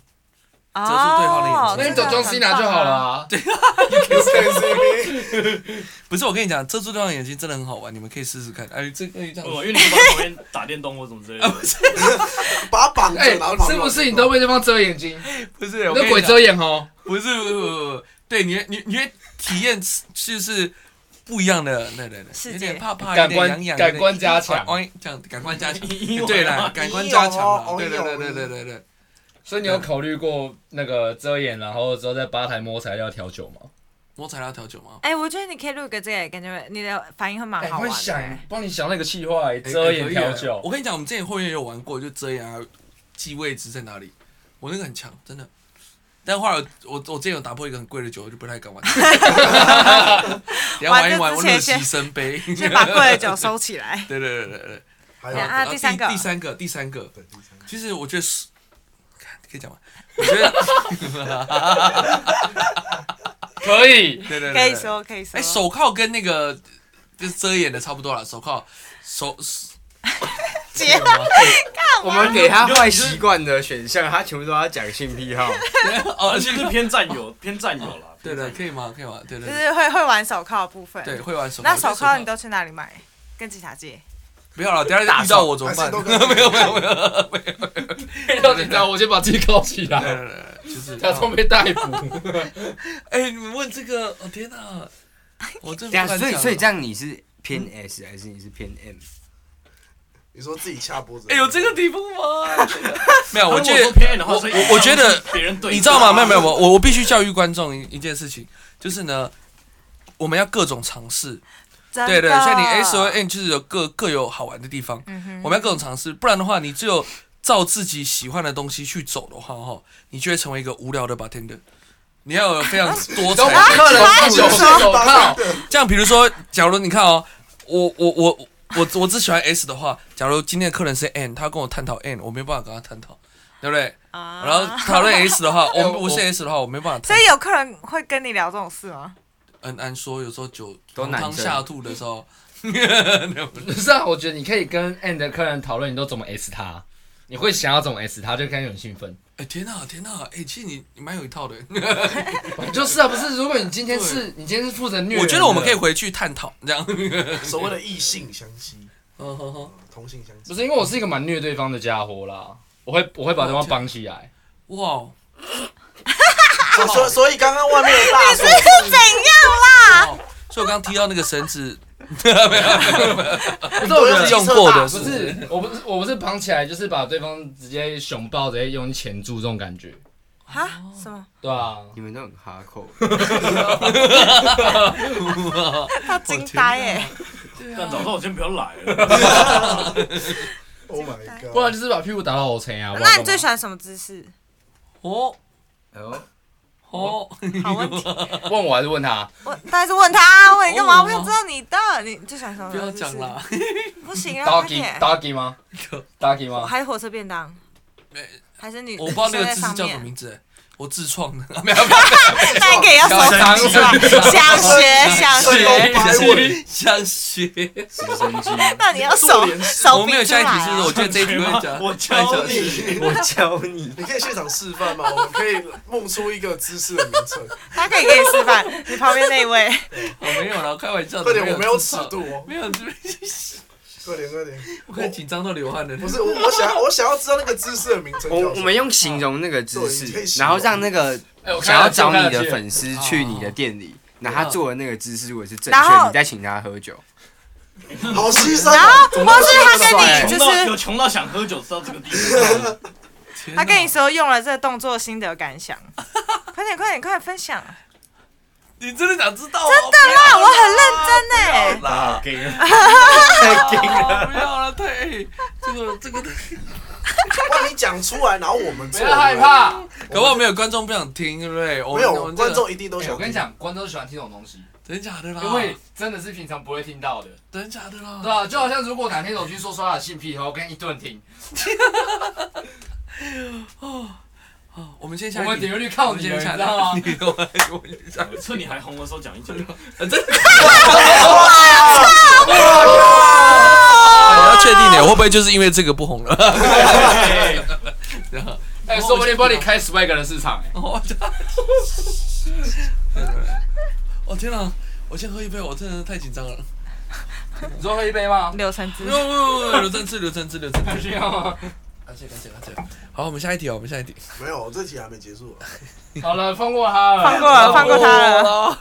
Speaker 2: 哦，
Speaker 4: 遮住对方的眼睛
Speaker 1: 那你
Speaker 2: 这
Speaker 1: 找
Speaker 2: 个
Speaker 1: 庄
Speaker 2: 很
Speaker 1: 西拿就
Speaker 2: 棒
Speaker 1: 好了
Speaker 2: 啊。
Speaker 1: 啊。 [laughs] 对，
Speaker 4: 不是我跟你讲，遮住对方的眼睛真的很好玩，你们可以试试看。哎，这个这样
Speaker 3: 哦，
Speaker 4: 子，
Speaker 3: 因为你可以把旁边打电动或什么之类的。
Speaker 7: 把他
Speaker 1: [laughs]
Speaker 7: 绑着，
Speaker 1: 哎
Speaker 7: 然后，绑
Speaker 1: 是
Speaker 7: 着
Speaker 1: 不是你都被对方遮眼睛？
Speaker 4: 不是我跟
Speaker 1: 那
Speaker 4: 你
Speaker 1: 鬼
Speaker 4: 讲
Speaker 1: 遮眼哦。
Speaker 4: 不是不是不是不是，对你会你你会体验就是不一样的那那那，
Speaker 2: 世
Speaker 4: 有
Speaker 2: 界
Speaker 4: 点怕怕，有
Speaker 1: 感
Speaker 4: 点
Speaker 1: 官
Speaker 4: 痒痒，
Speaker 1: 感官加强
Speaker 4: 有点哎这样感官加强，
Speaker 3: 咦
Speaker 4: [laughs]
Speaker 3: 我
Speaker 4: 对
Speaker 3: 的妈 [laughs]
Speaker 4: 啦，感官加强啦，
Speaker 7: 哦
Speaker 4: 对对
Speaker 7: 哦
Speaker 4: 对对对对对，
Speaker 1: 所以你有考虑过那个遮眼，然后之后在吧台摸材料调酒吗？
Speaker 4: 摸材料调酒吗？
Speaker 2: 哎，我觉得你可以录个这个，感觉你的反应会蛮
Speaker 1: 哎，
Speaker 2: 好
Speaker 1: 会
Speaker 2: 玩的
Speaker 1: 想。帮你想那个气话，哎遮
Speaker 4: 哎
Speaker 1: 眼
Speaker 4: 可以
Speaker 1: 调
Speaker 4: 啊
Speaker 1: 酒
Speaker 4: 我。跟你讲，我们之前后院有玩过，就遮掩啊，记位置在哪里，我那个很强，真的。但后来我我我之前有打破一个很贵的酒，我就不太敢玩。
Speaker 2: [laughs]
Speaker 4: 等一下玩一玩，我
Speaker 2: 玩这
Speaker 4: 乐
Speaker 2: 之前
Speaker 4: 极生悲。。
Speaker 2: [laughs] 先把贵的酒收起来
Speaker 4: [laughs] 对对对对对。
Speaker 7: 还有
Speaker 2: 然
Speaker 4: 然
Speaker 2: 后
Speaker 4: 后
Speaker 2: 啊第三个
Speaker 4: 第三个，第三个，
Speaker 7: 对第三个
Speaker 4: 其实我觉得是，看可以讲吗？我觉
Speaker 2: [laughs]
Speaker 4: 得，，
Speaker 1: 可以 [laughs]
Speaker 4: 对对对，
Speaker 2: 可以
Speaker 4: 对。
Speaker 2: 说，可以说。
Speaker 4: 哎，手铐跟那个就是遮掩的差不多了，手铐手手
Speaker 2: 结了
Speaker 4: 啊
Speaker 5: 我们给他坏习惯的选项，他全部都要讲性癖好。
Speaker 4: 哦， [laughs]
Speaker 3: 啊其
Speaker 4: 这
Speaker 3: 实
Speaker 4: 个
Speaker 3: 偏占有，偏占有啦。
Speaker 4: 对对，可以吗？可以吗？对对
Speaker 2: [laughs] 就
Speaker 4: 对
Speaker 2: 是会会玩手铐的部分。
Speaker 4: 对，。会玩手铐。
Speaker 2: 那手铐你都去哪里买？跟警察借。
Speaker 4: 不要了，等一下遇到我怎么
Speaker 7: 还是
Speaker 4: 办？
Speaker 7: 都
Speaker 4: 对 [laughs]
Speaker 7: 跟没有没有没有，
Speaker 1: 要紧张，我先把自己铐起
Speaker 4: 对
Speaker 1: 来，
Speaker 4: 对，对就是。
Speaker 1: 假装被逮捕。 [laughs]
Speaker 4: 哎，你们问这个，哦天哪，我真
Speaker 5: 对
Speaker 4: 的
Speaker 5: 啊，
Speaker 4: 不
Speaker 5: 所
Speaker 4: 敢
Speaker 5: 以
Speaker 4: 讲
Speaker 5: 所以这。样你是偏 S 还是你是偏 M？
Speaker 7: 你说自己掐脖子，
Speaker 4: 哎，有这个题目吗？没
Speaker 3: 如
Speaker 4: 有，哎我
Speaker 3: 果
Speaker 4: 觉
Speaker 3: 哎说
Speaker 4: 得
Speaker 3: 偏爱的话，所以
Speaker 4: 我我觉得
Speaker 3: 别人啊对
Speaker 4: 你知道吗？没有没有，我我我必须教育观众一一件事情，就是呢，我们要各种尝试。
Speaker 2: 真
Speaker 4: 对
Speaker 2: 的。
Speaker 4: 对，像你 S O N 就是有各各有好玩的地方，
Speaker 2: 嗯哼
Speaker 4: 我们要各种尝试，不然的话，你只有照自己喜欢的东西去走的话，哈，你就会成为一个无聊的 bartender。你要有非常
Speaker 2: [laughs]
Speaker 4: 多
Speaker 1: 都
Speaker 4: 彩
Speaker 1: 不
Speaker 4: 的，
Speaker 1: 客人放酒手铐，
Speaker 4: 这样比如说，假如你看哦，我我我我我只喜欢 S 的话，假如今天的客人是 N，他跟我探讨 N，我没办法跟他探讨，对不对？
Speaker 2: 啊
Speaker 4: 然后讨论 S 的话，
Speaker 1: 哎
Speaker 4: 我
Speaker 1: 我
Speaker 4: 我是 S 的话，我没办法
Speaker 2: 所
Speaker 4: 探
Speaker 2: 以。有
Speaker 4: [laughs]
Speaker 2: 客人会跟你聊这种事吗？
Speaker 4: 嗯，按说有时候酒
Speaker 5: 都
Speaker 4: 浓
Speaker 5: 男
Speaker 4: 汤
Speaker 5: 生
Speaker 4: 下肚的时候，
Speaker 1: [laughs] 不是啊，我觉得你可以跟 and 的客人讨论，你都怎么 s 他，你会想要怎么 s 他，就开始很兴奋。 [laughs]
Speaker 4: 哎、天哪、天哪、哎、其实你你蛮有一套的。
Speaker 1: 就是啊，不是？如果你今天是你今天是负责虐人的，
Speaker 4: 我觉得我们可以回去探讨这样。
Speaker 7: 所谓的异性相吸，
Speaker 4: 嗯哼哼
Speaker 7: 同性相
Speaker 1: 不
Speaker 7: 吸。
Speaker 1: 是因为我是一个蛮虐对方的家伙啦，我会我会把对方绑起 [laughs] 来。
Speaker 4: 哇，哦
Speaker 7: 所所所以刚刚外面的大叔
Speaker 2: 怎样啦？
Speaker 4: 所以我刚刚提到那个绳子，
Speaker 1: 不是我觉得
Speaker 4: 是用过的
Speaker 1: 不
Speaker 4: 是
Speaker 1: 是，我不是我不是绑起来，就是把对方直接熊抱，直接用钳住这种感觉。
Speaker 2: 哈？
Speaker 4: 哦
Speaker 2: 什么？
Speaker 1: 对啊，
Speaker 5: 你们都很哈扣，
Speaker 2: 他惊呆耶！
Speaker 3: 但早知道我先不要来
Speaker 4: [laughs]
Speaker 3: 了。
Speaker 7: ，Oh my
Speaker 1: 不然
Speaker 7: god！
Speaker 1: 就是把屁股打到我前啊。不
Speaker 2: 那
Speaker 1: 然
Speaker 2: 你
Speaker 1: 干嘛
Speaker 2: 最喜欢什么姿
Speaker 4: [laughs]
Speaker 2: 势？
Speaker 4: 哦
Speaker 5: [laughs] 哎呦，
Speaker 4: 哦，
Speaker 2: 好问题，
Speaker 1: 问我还是问他？
Speaker 2: 我当然是问他，问你干嘛？
Speaker 4: 哦
Speaker 2: 我想知道你的，你最喜欢什么？
Speaker 4: 不要讲啦，，
Speaker 2: 不行啊，快
Speaker 4: [laughs]
Speaker 1: doggy
Speaker 2: 点！
Speaker 1: doggy 吗？doggy 吗？
Speaker 2: 还有火车便当
Speaker 4: 没，
Speaker 2: 还是女？
Speaker 4: 我不知道那个
Speaker 2: 在
Speaker 4: 字是
Speaker 2: 上
Speaker 4: 叫什么
Speaker 2: 面，
Speaker 4: 名字、哎，我自创的， [laughs] 没有没有
Speaker 2: 那你可以要手
Speaker 1: 小
Speaker 2: 指
Speaker 1: 张
Speaker 2: 出来，想学想学，
Speaker 4: 学想学。
Speaker 5: 直升机，
Speaker 2: [laughs] 那你要手手
Speaker 4: 我
Speaker 2: 比
Speaker 4: 没有
Speaker 2: 出
Speaker 4: 下
Speaker 2: 来
Speaker 4: 一题，是不是我
Speaker 2: 啊！
Speaker 4: 觉得这一题会讲。
Speaker 3: 我教你
Speaker 5: 我教你，
Speaker 7: 你可以现场示范吗？我们可以梦出一个姿势的名称。
Speaker 2: 他可以给你示范，你旁边那一
Speaker 4: [laughs]
Speaker 2: 位，
Speaker 4: 我哦没有啦，开玩笑的。
Speaker 7: 快点，我没有
Speaker 4: 自
Speaker 7: 尺
Speaker 4: 创
Speaker 7: 度哦！
Speaker 4: 没有，
Speaker 7: 快点，快点！
Speaker 4: 我快紧张到流汗了。
Speaker 7: 不是我，我想要我想要知道那个姿势的名称叫什
Speaker 5: 我
Speaker 7: 么。
Speaker 5: 我们用形容那个姿
Speaker 7: 啊对你可
Speaker 5: 势，
Speaker 7: 以形容哦
Speaker 5: 然后让那个
Speaker 1: 哎我看
Speaker 5: 想
Speaker 1: 到
Speaker 5: 要找你
Speaker 1: 我
Speaker 5: 的
Speaker 1: 看到
Speaker 5: 粉丝去你的店里，然
Speaker 7: 啊
Speaker 5: 后他做的那个姿势如果是正
Speaker 2: 然后
Speaker 5: 确，你再请他喝酒。
Speaker 7: 好牺牲
Speaker 2: 然后
Speaker 7: 啊！
Speaker 2: 或是他跟你
Speaker 3: 穷
Speaker 2: 就
Speaker 3: 到有
Speaker 2: 是
Speaker 3: 穷到想喝酒，知道这个地方。
Speaker 4: 天哪
Speaker 2: 他跟你说用了这个动作心得感想，快点快点快点分享！
Speaker 4: 你真的想知道？哦真的
Speaker 2: 啊，我很认真呢，
Speaker 4: [laughs] 啦，
Speaker 3: 给
Speaker 4: 太惊了，不要了，太这个这个，
Speaker 7: 哇，你讲出来，然后我们
Speaker 1: 不
Speaker 7: 做。
Speaker 1: 要害。怕。
Speaker 4: 搞不好没有观众不想听，对不对？我
Speaker 7: 没
Speaker 4: 们我
Speaker 7: 有
Speaker 4: 们这
Speaker 7: 观
Speaker 4: 个
Speaker 7: 众一定都
Speaker 1: 哎
Speaker 7: 想。
Speaker 1: 我跟你，讲，观众喜欢听这种东西，
Speaker 4: 真假的啦，
Speaker 1: 因为真的是平常不会听到的。
Speaker 4: 真假的啦，
Speaker 1: 啊对啊，就好像如果哪天走去说说他的性癖的话，我跟一顿听，
Speaker 4: 哦我们先
Speaker 1: 我
Speaker 4: 下一
Speaker 1: 们
Speaker 4: 题
Speaker 1: 点，阅率靠
Speaker 4: 我们
Speaker 1: 你了，你
Speaker 4: 先下
Speaker 1: 知道吗？ [laughs]
Speaker 4: 一题，我们我们
Speaker 3: [laughs]
Speaker 4: 下
Speaker 3: 趁你还红的时候讲一讲。
Speaker 4: 啊真的。 [laughs] 我要确定的，会不会就是因为这个不红了？
Speaker 1: 哎，说不定帮你开 swag 的市场，哎，
Speaker 4: 我操！哦天哪！我先喝一杯，我真的太紧张了。
Speaker 1: 你说喝一杯吗？ [laughs]
Speaker 2: 柳橙汁
Speaker 4: 不。用不用不用，刘正志，刘正志，刘正志。
Speaker 1: 需要吗？
Speaker 4: 感谢感谢感谢。好，我们下一题哦，我们下一题。
Speaker 7: 没有，这题还没结束啊。
Speaker 1: 好了，放过他了，
Speaker 2: 放过了，放过他了。
Speaker 4: 了。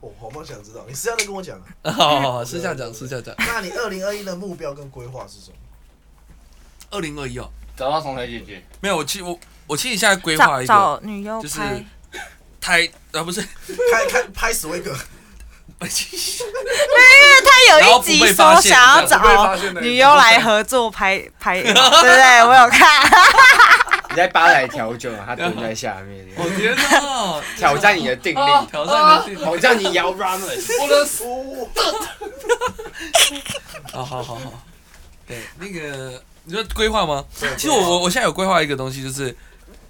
Speaker 7: 我好梦想知道，你私下再跟我讲啊。
Speaker 4: 好好好，私下讲，私下讲。
Speaker 7: 那你二零二一的目标跟规划是什么？
Speaker 4: 二零二一哦，
Speaker 1: 找到重台姐姐，
Speaker 4: 没有，我其实我我其实现在规划
Speaker 2: 找
Speaker 4: 一个
Speaker 2: 找女优
Speaker 4: 就是
Speaker 2: 拍，
Speaker 4: 台啊不是，
Speaker 7: 开开拍死我一个！
Speaker 2: 因为他
Speaker 4: 然
Speaker 2: 有
Speaker 4: 后
Speaker 2: 一
Speaker 4: 不
Speaker 2: 集
Speaker 4: 被
Speaker 2: 说
Speaker 4: 发现
Speaker 2: 想要
Speaker 4: 这
Speaker 2: 找女优来合作拍拍，对不对？我有看，
Speaker 5: 你在吧台调酒，然后他蹲在下面，
Speaker 4: 我天哪！
Speaker 5: [laughs] 挑战你的定
Speaker 2: 哦
Speaker 5: 力，
Speaker 4: 挑战你的
Speaker 5: 挑战你摇 Ramos，
Speaker 1: 我的死
Speaker 7: 哦，
Speaker 4: [laughs] 啊，好好好，对，那个你说规划吗？其实我我我现在有规划一个东西，就是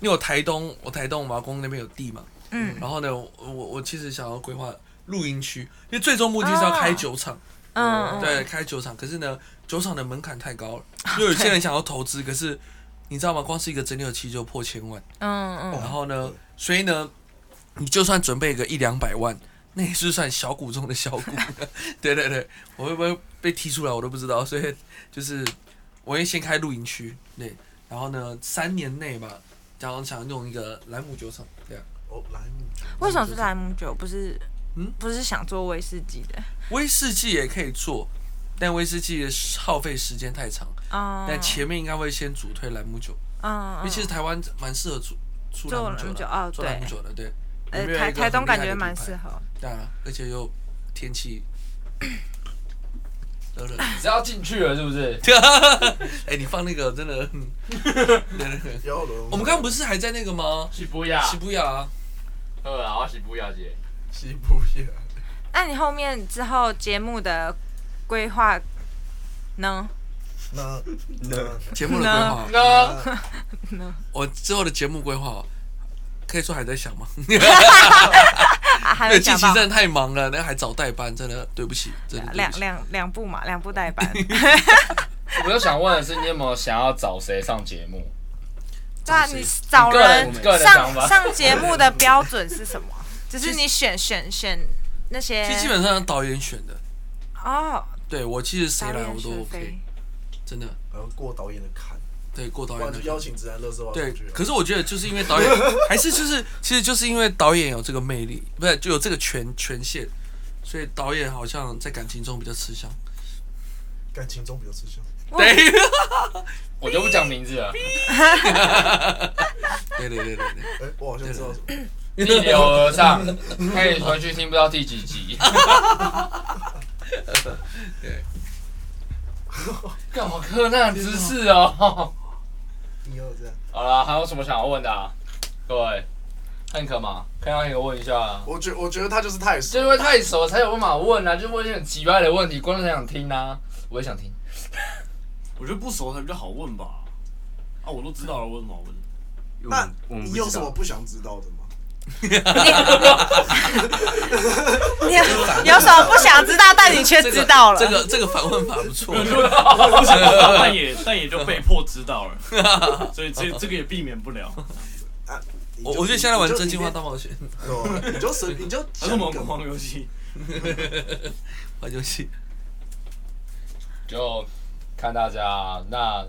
Speaker 4: 因为我台东，我台东我阿公那边有地嘛，
Speaker 2: 嗯
Speaker 4: 然后呢，我我我其实想要规划露营区，因为最终目的是要开酒厂，
Speaker 2: 啊嗯，嗯，
Speaker 4: 对，开酒厂。可是呢，酒厂的门槛太
Speaker 2: [laughs]
Speaker 4: 高了，因为有些人想要投资，可是你知道吗？光是一个蒸馏器就破千万，
Speaker 2: 嗯
Speaker 4: 然
Speaker 2: 嗯，
Speaker 4: 后呢，所以呢，你就算准备个一两百万，那也是算小股中的小股。 [laughs] 对对对，我会不会被踢出来，我都不知道。所以就是我会先开露营区，对，然后呢，三年内吧，然后想用一个莱姆酒厂，对啊。
Speaker 7: 哦来，
Speaker 2: 为什么是莱姆酒？不是，
Speaker 4: 嗯
Speaker 2: 不是想做威士忌的
Speaker 4: 威士忌也可以做，但威士忌的耗费时间太长，
Speaker 2: 啊？
Speaker 4: 但前面应该会先主推莱姆酒，
Speaker 2: 嗯，
Speaker 4: 因为其实台湾蛮适合煮出莱姆酒
Speaker 2: 做莱姆
Speaker 4: 的，
Speaker 2: 酒哦
Speaker 4: 做莱姆酒的，对。
Speaker 2: 呃
Speaker 4: 有没有
Speaker 2: 台
Speaker 4: 一个
Speaker 2: 台东
Speaker 4: 很厉害
Speaker 2: 感觉
Speaker 4: 的
Speaker 2: 蛮
Speaker 4: 品牌
Speaker 2: 适合，
Speaker 4: 对啊，而且又天气 [coughs] 热热的。
Speaker 1: 只要进去了是不是？
Speaker 4: 哎、你放那个真的，嗯对对对。
Speaker 7: 姚伦，
Speaker 4: 我们刚刚不是还在那个吗？
Speaker 1: 西布亚，
Speaker 4: 西布亚啊，
Speaker 1: 呃，然后西布亚姐，
Speaker 7: 西部片，
Speaker 2: 那你后面之后节目的规划呢？
Speaker 4: [laughs]
Speaker 7: 那那
Speaker 4: 节目的规划，
Speaker 2: 啊
Speaker 1: 那
Speaker 4: 我之后的节目规划，可以说还在想吗？
Speaker 2: 还
Speaker 4: 那
Speaker 2: 没
Speaker 4: 近
Speaker 2: 讲
Speaker 4: 期
Speaker 2: 到
Speaker 4: 真的太忙了，那个还找代班，真的对不起，真的对
Speaker 2: 两
Speaker 4: 不起。
Speaker 2: 两两部嘛，两部代
Speaker 4: [laughs]
Speaker 2: 班。
Speaker 1: 我就想问的是，你有没有想要找谁上节目？
Speaker 2: 对啊，你找
Speaker 1: 个人
Speaker 2: 人
Speaker 1: 个人想法
Speaker 2: 上上节目
Speaker 4: [laughs]
Speaker 2: 的标准是什么？只是你选选选那些
Speaker 4: 其实基本上导演选的，
Speaker 2: 哦，
Speaker 4: 对我其实谁
Speaker 2: 导
Speaker 4: 来
Speaker 2: 演
Speaker 4: 我都
Speaker 2: 选
Speaker 4: OK，
Speaker 2: 妃
Speaker 4: 真的
Speaker 7: 然后呃过导演的坎，
Speaker 4: 对过导
Speaker 7: 不
Speaker 4: 演
Speaker 7: 然
Speaker 4: 的
Speaker 7: 就。邀请直男乐色话
Speaker 4: 对
Speaker 7: 上去，啊
Speaker 4: 可是我觉得就是因为导演，还是就是其实就是因为导演有这个魅力，不是就有这个权权限，所以导演好像在感情中比较吃香。
Speaker 7: 感情中比较吃香。
Speaker 4: 对，
Speaker 1: 我就不讲名字了， [laughs]
Speaker 4: 对对对对对。
Speaker 7: 哎，我好像知道什么，
Speaker 1: 逆流而上，可以回去听不到第几集。
Speaker 4: 对，
Speaker 1: [laughs] 干嘛柯南知识哦？
Speaker 7: 你有这样。
Speaker 1: 好了，还有什么想要问的、啊？各位，汉克嘛，看到一个问一下啊，
Speaker 7: 我觉我觉得他就是太
Speaker 1: 就
Speaker 7: 熟，
Speaker 1: 因为太熟才有办法问啊，就问一些很奇怪的问题，观众才想听啊。我也想听，
Speaker 3: 我觉得不熟才比较好问吧。啊，我都知道了，我有什么好问？
Speaker 5: 我
Speaker 7: 那
Speaker 5: 们我们
Speaker 7: 你
Speaker 5: 不
Speaker 7: 有
Speaker 5: 知
Speaker 7: 什么
Speaker 5: 道
Speaker 7: 不想知道的吗？
Speaker 2: [laughs] 你有有什么不想知道，但你却
Speaker 4: 这个
Speaker 2: 知道了？
Speaker 4: 这个这个反问法不错。
Speaker 3: 但也但也就被迫知道了，所以这这个也避免不了。
Speaker 7: 啊，你就
Speaker 4: 我我觉得现在玩真心话，
Speaker 7: 你
Speaker 4: 大冒险，
Speaker 7: 就你就你
Speaker 4: [laughs]
Speaker 7: 就随你就
Speaker 3: 还是我
Speaker 7: 讲
Speaker 3: 们
Speaker 7: 梗
Speaker 3: 玩黄游戏，
Speaker 4: 玩游戏。
Speaker 1: 就看大家啊那。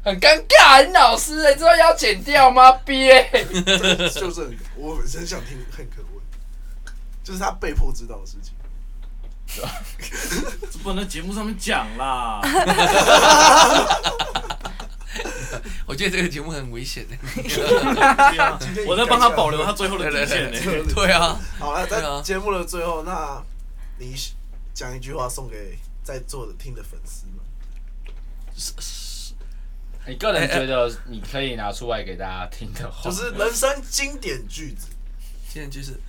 Speaker 1: 很尴尬，林老师、欸，你知道要剪掉吗？憋，
Speaker 7: 就是很我很想听很可问，就是他被迫知道的事情。
Speaker 3: 这不能在节目上面讲啦。
Speaker 4: 我觉得这个节目很危险的。
Speaker 3: 对啊我在帮他保留他最后的底线呢。
Speaker 4: [laughs] 对啊，
Speaker 7: 好了，
Speaker 4: 对啊
Speaker 7: 在节目的最后，那你讲一句话送给在座的听的粉丝们。
Speaker 1: [laughs] 你个人觉得你可以拿出来给大家听的话，
Speaker 7: 就是人生经典
Speaker 4: [laughs]
Speaker 7: 句子。
Speaker 4: 现在就是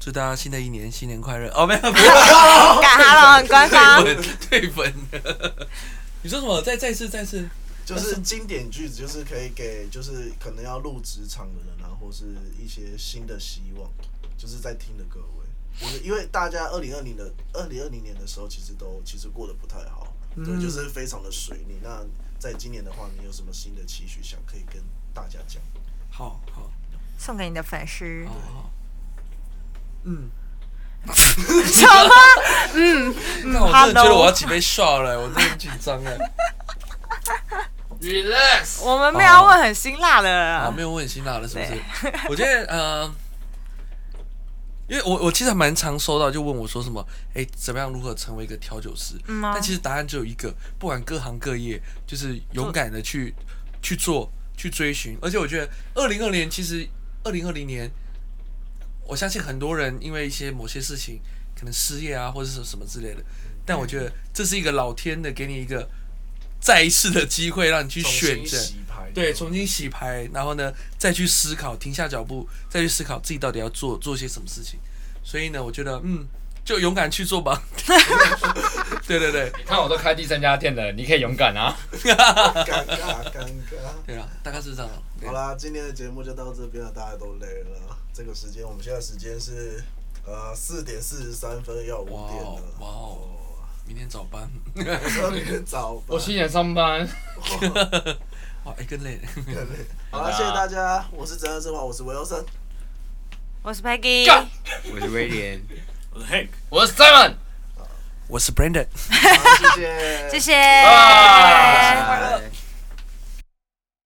Speaker 4: 祝大家新的一年新年快乐。哦，没有，不
Speaker 2: 感哈喽，很官方。
Speaker 4: 是退粉，退粉。你说什么？再再次再次。
Speaker 7: 就是经典句子，就是可以给就是可能要入职场的人啊，或是一些新的希望，就是在听的各位，就是因为大家二零二零的二零二零年的时候，其实都其实过得不太好，
Speaker 4: 嗯
Speaker 7: 对，就是非常的水逆。那在今年的话，你有什么新的期许想可以跟大家
Speaker 4: [laughs]
Speaker 7: 讲？
Speaker 4: 好好
Speaker 2: 送给你的粉丝
Speaker 4: 好，好。嗯，
Speaker 2: [laughs] 什么？
Speaker 4: 那我真的觉得
Speaker 2: hello
Speaker 4: 我要起杯 shot 了，我真的很紧张哎。
Speaker 1: relax。
Speaker 2: 我们没有要问很辛辣的嗯
Speaker 4: 啊，没有，我很辛辣了，是不是？我觉得呃，因为我我其实还蛮常收到，就问我说什么，哎、怎么样如何成为一个调酒师？
Speaker 2: 嗯啊
Speaker 4: 但其实答案只有一个，不管各行各业，就是勇敢的去去做，去追寻。而且我觉得二零二年，其实二零二零年，我相信很多人因为一些某些事情，可能失业啊，或者是什么之类的。但我觉得这是一个老天的给你一个再一次的机会，让你去选择。
Speaker 7: 牌，
Speaker 4: 对，重新洗牌，然后呢，再去思考，停下脚步，再去思考自己到底要做做些什么事情。所以呢，我觉得，嗯，就勇敢去做吧。 [laughs] 对对对，
Speaker 1: 你看我都开第三家店了，你可以勇敢啊！
Speaker 7: 尴尬尴尬。
Speaker 4: 对了，啊大概是这样了。 [laughs] 对
Speaker 7: 好啦，今天的节目就到这边了，大家都累了。这个时间，我们现在时间是呃四点四十三分，要五
Speaker 4: 哇
Speaker 7: 点
Speaker 4: 哦
Speaker 7: 了。
Speaker 4: 哇哦，明天早班，
Speaker 7: 特别早吧
Speaker 1: 我。七点上班，
Speaker 4: 哇，一个累了。
Speaker 7: 好了，谢谢大家，我是泽恩之华，我是维欧森，
Speaker 2: 我是 Peggy，
Speaker 1: 干
Speaker 5: 我是威廉。
Speaker 3: 我说 Hank，
Speaker 1: 我是 Simon，
Speaker 4: 我是 Brandon。
Speaker 7: 好谢谢，
Speaker 2: 谢谢。
Speaker 4: 啊
Speaker 1: 拜
Speaker 5: 拜。